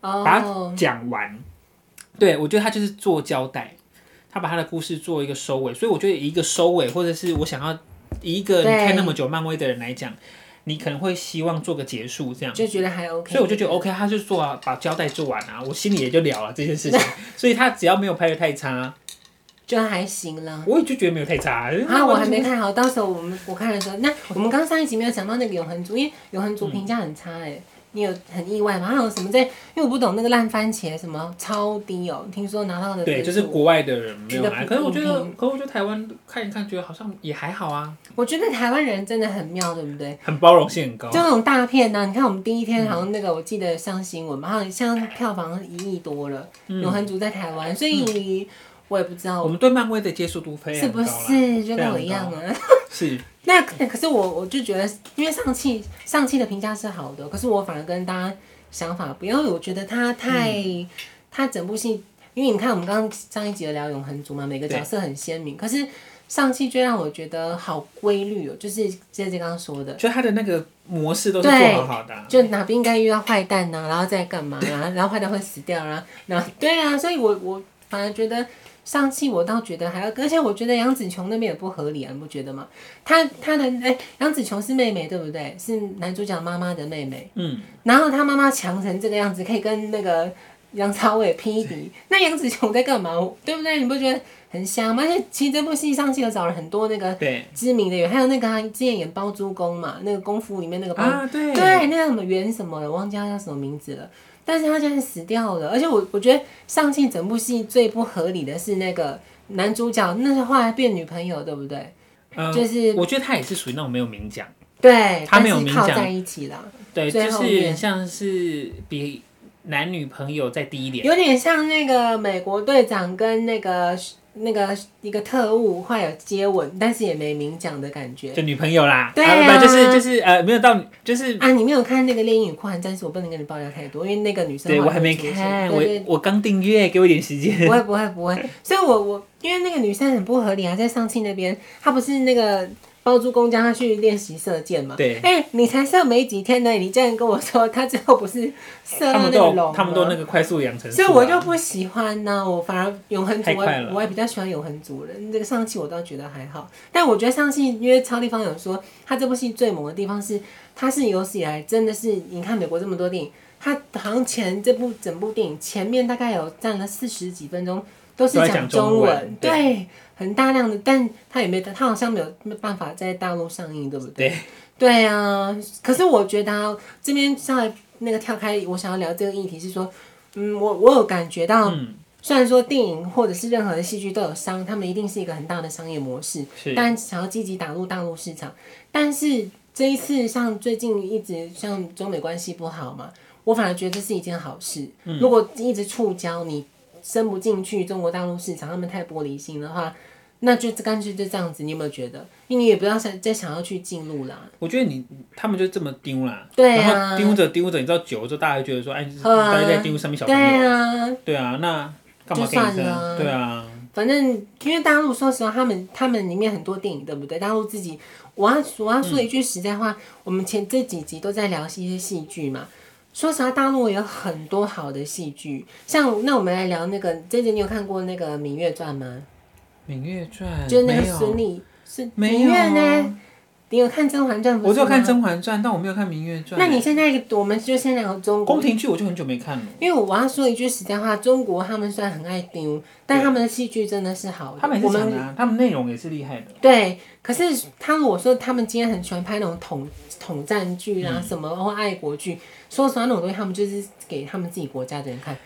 Speaker 2: 把
Speaker 1: 哦，
Speaker 2: 它讲完。对，我觉得他就是做交代，他把他的故事做一个收尾，所以我觉得一个收尾，或者是我想要以一个你
Speaker 1: 对
Speaker 2: 看那么久漫威的人来讲，你可能会希望做个结束这样。
Speaker 1: 就觉得还 OK。
Speaker 2: 所以我就觉得 OK，他就做啊，把交代做完啊，我心里也就了了这件事情。所以他只要没有拍的太差，
Speaker 1: 就还行啦。
Speaker 2: 我也就觉得没有太差。
Speaker 1: 啊，我还没看好，到时候我们我看的时候，那 我们刚上一集没有讲到那个永恒族，因为永恒族评价很差哎、你有很意外吗？还有什么在？因为我不懂那个烂番茄什么超低哦、听说拿到的
Speaker 2: 对，
Speaker 1: 分
Speaker 2: 就是
Speaker 1: 数
Speaker 2: 国外的人没有来，
Speaker 1: 觉得不
Speaker 2: 可是我觉得
Speaker 1: 公，
Speaker 2: 可是我觉得台湾看一看，觉得好像也还好啊，
Speaker 1: 我觉得台湾人真的很妙，对不对？
Speaker 2: 很包容性很高
Speaker 1: 就。那种大片啊呢、你看我们第一天好像那个，我记得上新闻嘛，好像像票房一亿多了，永恒族在台湾，所以我也不知
Speaker 2: 嗯我
Speaker 1: 道
Speaker 2: 们对漫威的接受度非
Speaker 1: 是
Speaker 2: 常高
Speaker 1: 不
Speaker 2: 啦，
Speaker 1: 是就跟我
Speaker 2: 非
Speaker 1: 一
Speaker 2: 常
Speaker 1: 样
Speaker 2: 高
Speaker 1: 啊。
Speaker 2: 是
Speaker 1: 那哎可可是我我就觉得，因为上汽上汽的评价是好的，可是我反而跟大家想法不一样，因为我觉得他太、他整部戏，因为你看我们刚刚上一集有聊永恒族嘛，每个角色很鲜明，可是上汽就让我觉得好规律哦，就是姐姐刚刚说的。
Speaker 2: 就他的那个模式都是做好好的啊、
Speaker 1: 就哪边应该遇到坏蛋呐、然后再干嘛啊，然后坏蛋会死掉啊，然后对啊，所以我我反而觉得上汽我倒觉得还要，而且我觉得杨紫琼那边也不合理啊，你不觉得吗？她她的哎，杨、紫琼是妹妹对不对？是男主角妈妈的妹妹，
Speaker 2: 嗯，
Speaker 1: 然后她妈妈强成这个样子，可以跟那个杨朝伟匹敌，那杨紫琼在干嘛？对不对？你不觉得很香吗？而且其实这部戏上汽有找了很多那个
Speaker 2: 对
Speaker 1: 知名的演员，还有那个、啊、之前演包租公嘛，那个功夫里面那个包
Speaker 2: 啊，对
Speaker 1: 嗯对，那个什么袁什么的，我忘记他叫什么名字了。但是他现在死掉了，而且我我觉得上汽整部戏最不合理的是那个男主角，那是后来变女朋友，对不对？
Speaker 2: 呃
Speaker 1: 就是
Speaker 2: 我觉得他也是属于那种没有明讲，
Speaker 1: 对，
Speaker 2: 他没有
Speaker 1: 但是
Speaker 2: 明
Speaker 1: 靠
Speaker 2: 讲
Speaker 1: 在一起啦，
Speaker 2: 对，就
Speaker 1: 最
Speaker 2: 是
Speaker 1: 后
Speaker 2: 有
Speaker 1: 面
Speaker 2: 点像是比男女朋友再低一点，
Speaker 1: 有点像那个美国队长跟那个那个一个特务后来有接吻，但是也没明讲的感觉。
Speaker 2: 就女朋友啦，
Speaker 1: 对啊
Speaker 2: 不就是就是呃，没有到就是。
Speaker 1: 啊，你没有看那个《猎鹰与酷寒战士》，我不能跟你爆料太多，因为那个女生
Speaker 2: 对，
Speaker 1: 后
Speaker 2: 我
Speaker 1: 来
Speaker 2: 还没
Speaker 1: 会出现
Speaker 2: 看，
Speaker 1: 对
Speaker 2: 我
Speaker 1: 对对
Speaker 2: 我刚订阅，给我一点时间。
Speaker 1: 不会不会不会，所以我我因为那个女生很不合理啊，在上汽那边，她不是那个包租公叫她去练习射箭嘛？
Speaker 2: 对
Speaker 1: 哎、你才射没几天呢，你竟然跟我说她最后不是射到
Speaker 2: 他
Speaker 1: 那
Speaker 2: 们
Speaker 1: 个
Speaker 2: 都
Speaker 1: 笼
Speaker 2: 有
Speaker 1: 吗
Speaker 2: 他们都那个快速养成术
Speaker 1: 所
Speaker 2: 啊，
Speaker 1: 以我就不喜欢呢、我反而永恒族
Speaker 2: 太
Speaker 1: 我
Speaker 2: 快
Speaker 1: 也
Speaker 2: 了
Speaker 1: 我也比较喜欢永恒族人。这个上汽我倒觉得还好，但我觉得上汽因为超立方有说，他这部戏最猛的地方是，他是有史以来真的是你看美国这么多电影，他好像前这部整部电影前面大概有占了四十几分钟都是
Speaker 2: 都在
Speaker 1: 讲
Speaker 2: 讲中文
Speaker 1: 文，
Speaker 2: 对
Speaker 1: 对，很大量的，但他也没他好像没有没有办法在大陆上映，对不对？
Speaker 2: 对
Speaker 1: 对啊，可是我觉得、啊、这边上来那个跳开，我想要聊这个议题是说，嗯，我我有感觉到，
Speaker 2: 嗯
Speaker 1: 虽然说电影或者是任何的戏剧都有商，他们一定是一个很大的商业模式，
Speaker 2: 是
Speaker 1: 但想要积极打入大陆市场，但是这一次像最近一直像中美关系不好嘛，我反而觉得这是一件好事。
Speaker 2: 嗯
Speaker 1: 如果一直触礁，你伸不进去中国大陆市场，他们太玻璃心的话。那就干脆就这样子，你有没有觉得？因为你也不要想再想要去进入啦。
Speaker 2: 我觉得你他们就这么丢啦，
Speaker 1: 对啊
Speaker 2: 然后丢着丢着，你知道久了之后，大家就觉得说，哎，你
Speaker 1: 好啊
Speaker 2: 大家在丢上面小朋友，
Speaker 1: 对啊，
Speaker 2: 对啊，那干嘛
Speaker 1: 就
Speaker 2: 给你
Speaker 1: 算
Speaker 2: 生？
Speaker 1: 了
Speaker 2: 对啊，
Speaker 1: 反正因为大陆说实话，他们他们里面很多电影，对不对？大陆自己，我要我要说一句实在话，我们前这几集都在聊一些戏剧嘛。说实话，大陆也有很多好的戏剧，像那我们来聊那个，这姐你有看过那个《芈月传》吗？
Speaker 2: 《芈月传》
Speaker 1: 就是那个
Speaker 2: 嗯没有
Speaker 1: 孙俪，是
Speaker 2: 没
Speaker 1: 芈月呢？你有看《甄嬛传》不是吗？
Speaker 2: 我只有看《甄嬛传》，但我没有看《明月传》。
Speaker 1: 那你现在我们就先聊中国
Speaker 2: 宫，廷剧我就很久没看了，
Speaker 1: 因为我要说一句实在话，中国他们虽然很爱丢，但他们的戏剧真的是好的。
Speaker 2: 他们也
Speaker 1: 我
Speaker 2: 是
Speaker 1: 们
Speaker 2: 强的啊，他们内容也是厉害的。
Speaker 1: 对，可是他如果说他们今天很喜欢拍那种统统战剧
Speaker 2: 嗯
Speaker 1: 啊，什么或爱国剧，说实话那种东西，他们就是给他们自己国家的人看。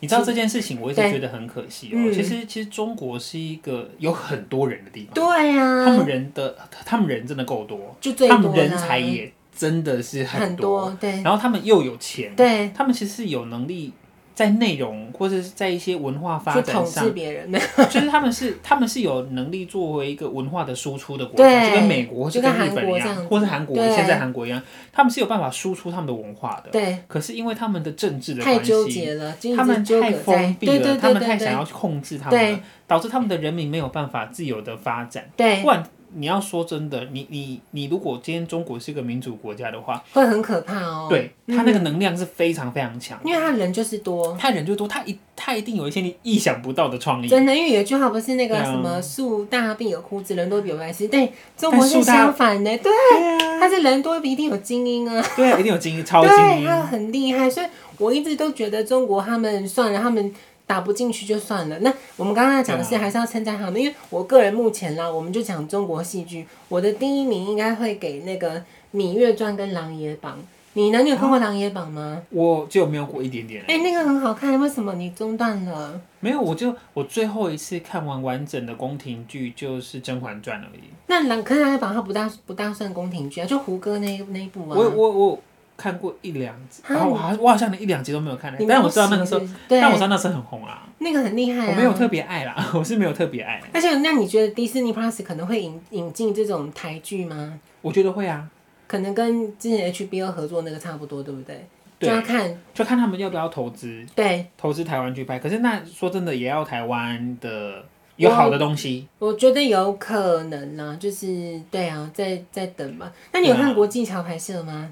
Speaker 2: 你知道这件事情，我一直
Speaker 1: 对
Speaker 2: 觉得很可惜哦、
Speaker 1: 嗯
Speaker 2: 其实，其实中国是一个有很多人的地方，
Speaker 1: 对呀、
Speaker 2: 他们人的他们人真的够多，
Speaker 1: 就嗯最
Speaker 2: 啊他
Speaker 1: 多
Speaker 2: 们人
Speaker 1: 啦
Speaker 2: 才也真的是
Speaker 1: 很
Speaker 2: 多，
Speaker 1: 多，对
Speaker 2: 然后他们又有钱，
Speaker 1: 对，
Speaker 2: 他们其实是有能力在内容或者是在一些文化发
Speaker 1: 去
Speaker 2: 展
Speaker 1: 统
Speaker 2: 上
Speaker 1: 治别人，
Speaker 2: 就是他们是他们是有能力作为一个文化的输出的国家，
Speaker 1: 对
Speaker 2: 就跟美国
Speaker 1: 就
Speaker 2: 就
Speaker 1: 跟
Speaker 2: 跟日本
Speaker 1: 韩国
Speaker 2: 一
Speaker 1: 这样
Speaker 2: 样，
Speaker 1: 子
Speaker 2: 或是韩国
Speaker 1: 对
Speaker 2: 现在韩国一样，他们是有办法输出他们的文化的。
Speaker 1: 对，
Speaker 2: 可是因为他们的政治的
Speaker 1: 太
Speaker 2: 关
Speaker 1: 纠
Speaker 2: 系，
Speaker 1: 结了，就一
Speaker 2: 他
Speaker 1: 直
Speaker 2: 们
Speaker 1: 纠
Speaker 2: 太
Speaker 1: 葛在
Speaker 2: 封，闭
Speaker 1: 对对
Speaker 2: 了，他
Speaker 1: 对
Speaker 2: 们太
Speaker 1: 对
Speaker 2: 想
Speaker 1: 对
Speaker 2: 要去控制他们
Speaker 1: 对
Speaker 2: 了，导致他们的人民没有办法自由的发展。
Speaker 1: 对，
Speaker 2: 不然你要说真的，你你你如果今天中国是一个民主国家的话，
Speaker 1: 会很可怕哦。
Speaker 2: 对他那个能量是非常非常强的，
Speaker 1: 因为他人就是多，
Speaker 2: 他人就多，他一他一定有一些你意想不到的创意。
Speaker 1: 真的，因为有一句话不是那个
Speaker 2: 对啊
Speaker 1: 什么“树大必有枯枝，人多必有白痴”，对，中
Speaker 2: 但
Speaker 1: 国是
Speaker 2: 树大
Speaker 1: 相反的，对，
Speaker 2: 对啊，
Speaker 1: 他是人多一定有精英啊，
Speaker 2: 对啊，一定有精英，超精
Speaker 1: 对，啊
Speaker 2: 英。
Speaker 1: 他很厉害，所以我一直都觉得中国他们算了，他们。打不进去就算了。那我们刚刚讲的是
Speaker 2: 对
Speaker 1: 还是要称赞他们，因为我个人目前啦，我们就讲中国戏剧，我的第一名应该会给那个《芈月传》跟《琅琊榜》。你呢？你有看
Speaker 2: 啊
Speaker 1: 过《琅琊榜》吗？
Speaker 2: 我就没有过一点点，
Speaker 1: 哎、那个很好看，为什么你中断了？
Speaker 2: 没有，我就我最后一次看完完整的宫廷剧就是《甄嬛传》而已。
Speaker 1: 那琅可是琅琊榜它不大不大算宫廷剧啊，就胡歌那一那一部啊。
Speaker 2: 我我我有看过一两集，
Speaker 1: 啊
Speaker 2: 然后我好我好像连一两集都没有看，
Speaker 1: 你
Speaker 2: 但我知道那个时候，
Speaker 1: 候，对，
Speaker 2: 但我知道那时候很红啊，
Speaker 1: 那个很厉害啊。
Speaker 2: 我没有特别爱啦， 我是没有特别爱，
Speaker 1: 而且，那你觉得迪士尼 Plus 可能会引引进这种台剧吗？
Speaker 2: 我觉得会啊，
Speaker 1: 可能跟之前 HBO 合作那个差不多，对不对？
Speaker 2: 对
Speaker 1: 就要看
Speaker 2: 就看他们要不要投资，
Speaker 1: 对，
Speaker 2: 投资台湾去拍。可是那说真的，也要台湾的有好的东西，
Speaker 1: 我觉得有可能啦、就是对啊，再再等吧。那你有
Speaker 2: 对
Speaker 1: 看
Speaker 2: 啊
Speaker 1: 国际桥牌社吗？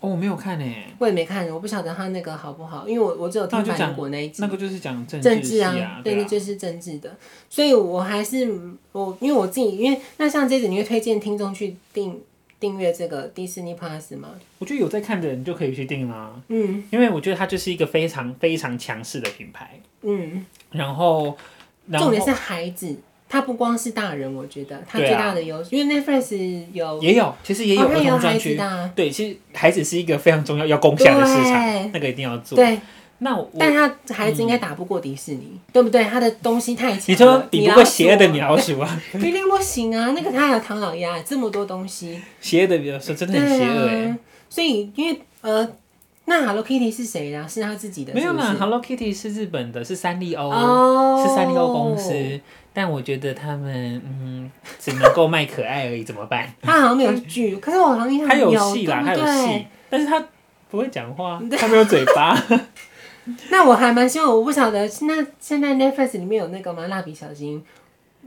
Speaker 2: 哦，我没有看呢、
Speaker 1: 我也没看，我不晓得他那个好不好，因为我我只有
Speaker 2: 那
Speaker 1: 听
Speaker 2: 就
Speaker 1: 反
Speaker 2: 讲
Speaker 1: 国那一集。
Speaker 2: 那个就是讲政
Speaker 1: 政
Speaker 2: 治
Speaker 1: 治
Speaker 2: 系
Speaker 1: 啊，
Speaker 2: 对
Speaker 1: 对，那
Speaker 2: 啊，
Speaker 1: 就是政治的，所以我还是我，因为我自己，因为那像这次你会推荐听众去订订阅这个迪士尼 Plus 吗？
Speaker 2: 我觉得有在看的人就可以去订啦。
Speaker 1: 嗯
Speaker 2: 因为我觉得它就是一个非常非常强势的品牌。
Speaker 1: 嗯，
Speaker 2: 然后，然
Speaker 1: 重
Speaker 2: 后
Speaker 1: 点是孩子，他不光是大人，我觉得他
Speaker 2: 对啊
Speaker 1: 最大的优势，因为 Netflix 有
Speaker 2: 也有，其实也有
Speaker 1: 哦它
Speaker 2: 儿
Speaker 1: 有
Speaker 2: 童
Speaker 1: 孩
Speaker 2: 专
Speaker 1: 子
Speaker 2: 区。
Speaker 1: 的啊，
Speaker 2: 对，其实孩子是一个非常重要要攻下的市
Speaker 1: 对
Speaker 2: 场，那个一定要做。
Speaker 1: 对，
Speaker 2: 那我，嗯
Speaker 1: 但他孩子应该打不过迪士尼，对不对？他的东西太强了，
Speaker 2: 你说比不过邪恶的
Speaker 1: 你，
Speaker 2: 老 鼠啊，
Speaker 1: 一定不行啊！那个他还有唐老鸭，这么多东西，
Speaker 2: 邪恶的老鼠真的
Speaker 1: 对
Speaker 2: 很邪恶哎、
Speaker 1: 啊，所以因为呃，那 Hello Kitty 是谁啦？是他自己的，
Speaker 2: 没有
Speaker 1: 啊是不
Speaker 2: 啦
Speaker 1: 是
Speaker 2: ，Hello Kitty 是日本的，是三丽鸥，
Speaker 1: 哦，
Speaker 2: 是三丽鸥公。司。但我觉得他们嗯，只能够卖可爱而已，怎么 办？
Speaker 1: 他好像没有剧，可是我好像印象
Speaker 2: 他有戏啦，他
Speaker 1: 对不
Speaker 2: 有戏
Speaker 1: 对？，
Speaker 2: 但是他不会讲话，他没有嘴巴。
Speaker 1: 那我还蛮希望，我不晓得那现在 Netflix 里面有那个吗？蜡笔小新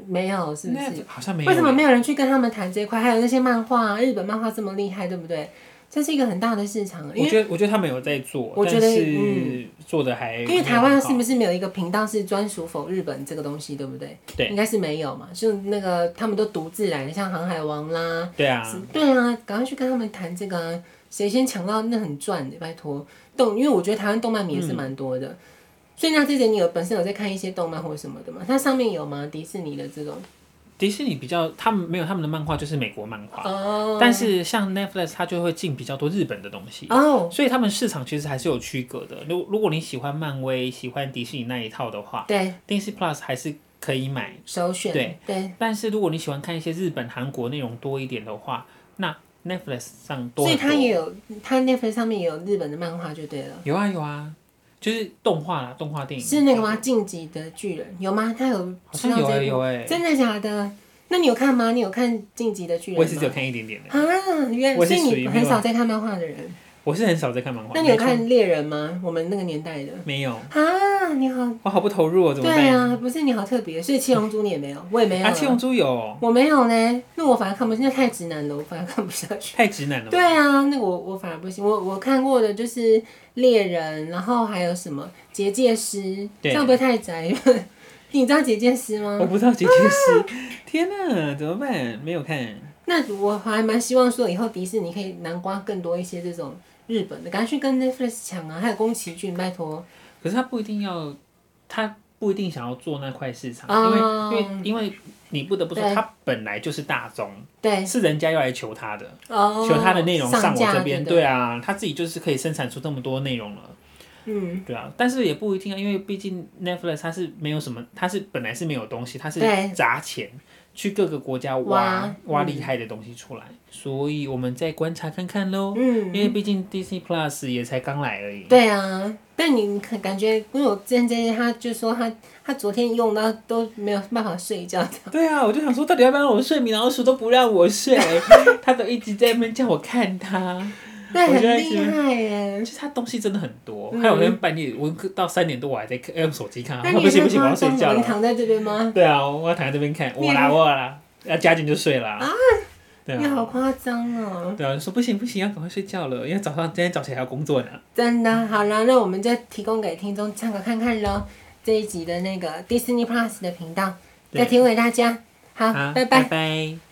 Speaker 1: 没有，是不
Speaker 2: 那
Speaker 1: 是？
Speaker 2: 好像没有。
Speaker 1: 为什么没有人去跟他们谈这一块？还有那些漫画、啊，日本漫画这么厉害，对不对？这是一个很大的市场啊，因
Speaker 2: 我
Speaker 1: 为
Speaker 2: 觉得，我觉得他们有在做，
Speaker 1: 我觉得嗯
Speaker 2: 但是做的还
Speaker 1: 因为台湾是
Speaker 2: 没有
Speaker 1: 不是没有一个频道是专属否日本这个东西，对不对？
Speaker 2: 对
Speaker 1: 应该是没有嘛，就那个他们都独自来，像航海王啦，
Speaker 2: 很好对啊，
Speaker 1: 是对啊，赶快去跟他们谈这个、啊，谁先抢到那很赚的，拜托动，因为我觉得台湾动漫迷也是蛮多的。
Speaker 2: 嗯
Speaker 1: 所以那之前你有本身有在看一些动漫或什么的吗？它上面有吗？迪士尼的这种
Speaker 2: 迪士尼比较他们没有他们的漫画就是美国漫画，
Speaker 1: 哦，
Speaker 2: 啊但是像 Netflix 它就会进比较多日本的东西。
Speaker 1: 哦，
Speaker 2: 所以他们市场其实还是有区隔的。如如果你喜欢漫威、喜欢迪士尼那一套的话，
Speaker 1: 对，
Speaker 2: d i s Plus 还是可以买。
Speaker 1: 首选
Speaker 2: 对
Speaker 1: 对，
Speaker 2: 但是如果你喜欢看一些日本、韩国内容多一点的话，那 Netflix 上多
Speaker 1: 所以
Speaker 2: 很
Speaker 1: 它
Speaker 2: 多。
Speaker 1: 也有它那份上面也有日本的漫画就对了，
Speaker 2: 有啊有啊，就是动画啦，动画电影
Speaker 1: 是那个吗？晋级的巨人有吗？它有
Speaker 2: 好
Speaker 1: 知道
Speaker 2: 像有哎、
Speaker 1: 这一
Speaker 2: 有
Speaker 1: 部？
Speaker 2: 哎、
Speaker 1: 真的假的？那你有看吗？你有看晋级的巨
Speaker 2: 我也
Speaker 1: 人
Speaker 2: 是只
Speaker 1: 吗？
Speaker 2: 有看一点点的，
Speaker 1: 啊，原
Speaker 2: 我
Speaker 1: 来所
Speaker 2: 也是
Speaker 1: 以
Speaker 2: 属于
Speaker 1: 你
Speaker 2: 没
Speaker 1: 很
Speaker 2: 有
Speaker 1: 少在看漫画的人。
Speaker 2: 我是很少在看漫画。
Speaker 1: 那你有
Speaker 2: 没错？
Speaker 1: 看猎人吗？我们那个年代的
Speaker 2: 没有，
Speaker 1: 啊，你好，
Speaker 2: 我好不投入哦，怎么
Speaker 1: 对
Speaker 2: 办？
Speaker 1: 啊，不是你好特别，所以七龙珠你也没有，我也没有
Speaker 2: 啊，七龙
Speaker 1: 啊，
Speaker 2: 珠有，
Speaker 1: 我没有呢，那我反而看不，那太直男了，我反而看不下去。
Speaker 2: 太直男了吧。
Speaker 1: 对啊，那个我我反而不行，我我看过的就是猎人，然后还有什么结界师，这
Speaker 2: 对
Speaker 1: 样不会太宅？你知道结界师吗
Speaker 2: 我？不知道结局是，天哪，怎么办？没有看，
Speaker 1: 那我还蛮希望说，以后迪士尼可以南瓜更多一些这种日本的，赶快去跟 Netflix 抢啊！还有宫崎骏，拜托。
Speaker 2: 可是他不一定要，他不一定想要做那块市场，
Speaker 1: 哦
Speaker 2: 因为因为因为你不得不说，
Speaker 1: 对
Speaker 2: 他本来就是大众，
Speaker 1: 对，
Speaker 2: 是人家要来求他的，
Speaker 1: 哦，
Speaker 2: 求他的内容上
Speaker 1: 上
Speaker 2: 我
Speaker 1: 架
Speaker 2: 这边，
Speaker 1: 对
Speaker 2: 对啊，他自己就是可以生产出这么多内容了，
Speaker 1: 不对，嗯，
Speaker 2: 对啊，但是也不一定啊，因为毕竟 Netflix 它是没有什么，它是本来是没有东西，它是
Speaker 1: 对
Speaker 2: 砸钱去各个国家挖
Speaker 1: 挖
Speaker 2: 挖
Speaker 1: 嗯
Speaker 2: 厉害的东西出来，所以我们再观察看看喽，
Speaker 1: 嗯，
Speaker 2: 因为毕竟 Disney Plus 也才刚来而已，
Speaker 1: 对啊。但你可感觉，因为我之前这些，他就说他他昨天用到都没有办法睡觉，
Speaker 2: 对啊，我就想说，到底要不要让我睡？米老鼠都不让我睡， 他都一直在那边叫我看他。
Speaker 1: 那
Speaker 2: 我
Speaker 1: 很
Speaker 2: 觉得
Speaker 1: 厉害耶
Speaker 2: 其。实他东西真的很多，
Speaker 1: 嗯
Speaker 2: 还有那天半夜，我到三点多我还在看，用手机看，
Speaker 1: 那
Speaker 2: 啊
Speaker 1: 你
Speaker 2: 不行不行，我
Speaker 1: 也
Speaker 2: 要
Speaker 1: 是
Speaker 2: 睡
Speaker 1: 帮
Speaker 2: 觉
Speaker 1: 我们
Speaker 2: 了。
Speaker 1: 躺在这边吗？
Speaker 2: 对啊，我要躺在这边看，
Speaker 1: 你
Speaker 2: 我
Speaker 1: 也啊
Speaker 2: 啦我啦，要加紧就睡啦。对
Speaker 1: 你好
Speaker 2: 啊，
Speaker 1: 夸张哦！
Speaker 2: 对啊，就说不行不行，要赶快睡觉了，因为早上今天早起还要工作呢。
Speaker 1: 真的，好啦，那我们就提供给听众参考看看喽。这一集的那个 Disney Plus 的频道，
Speaker 2: 对
Speaker 1: 再提供给大家。好，
Speaker 2: 啊，
Speaker 1: 拜拜
Speaker 2: 拜。拜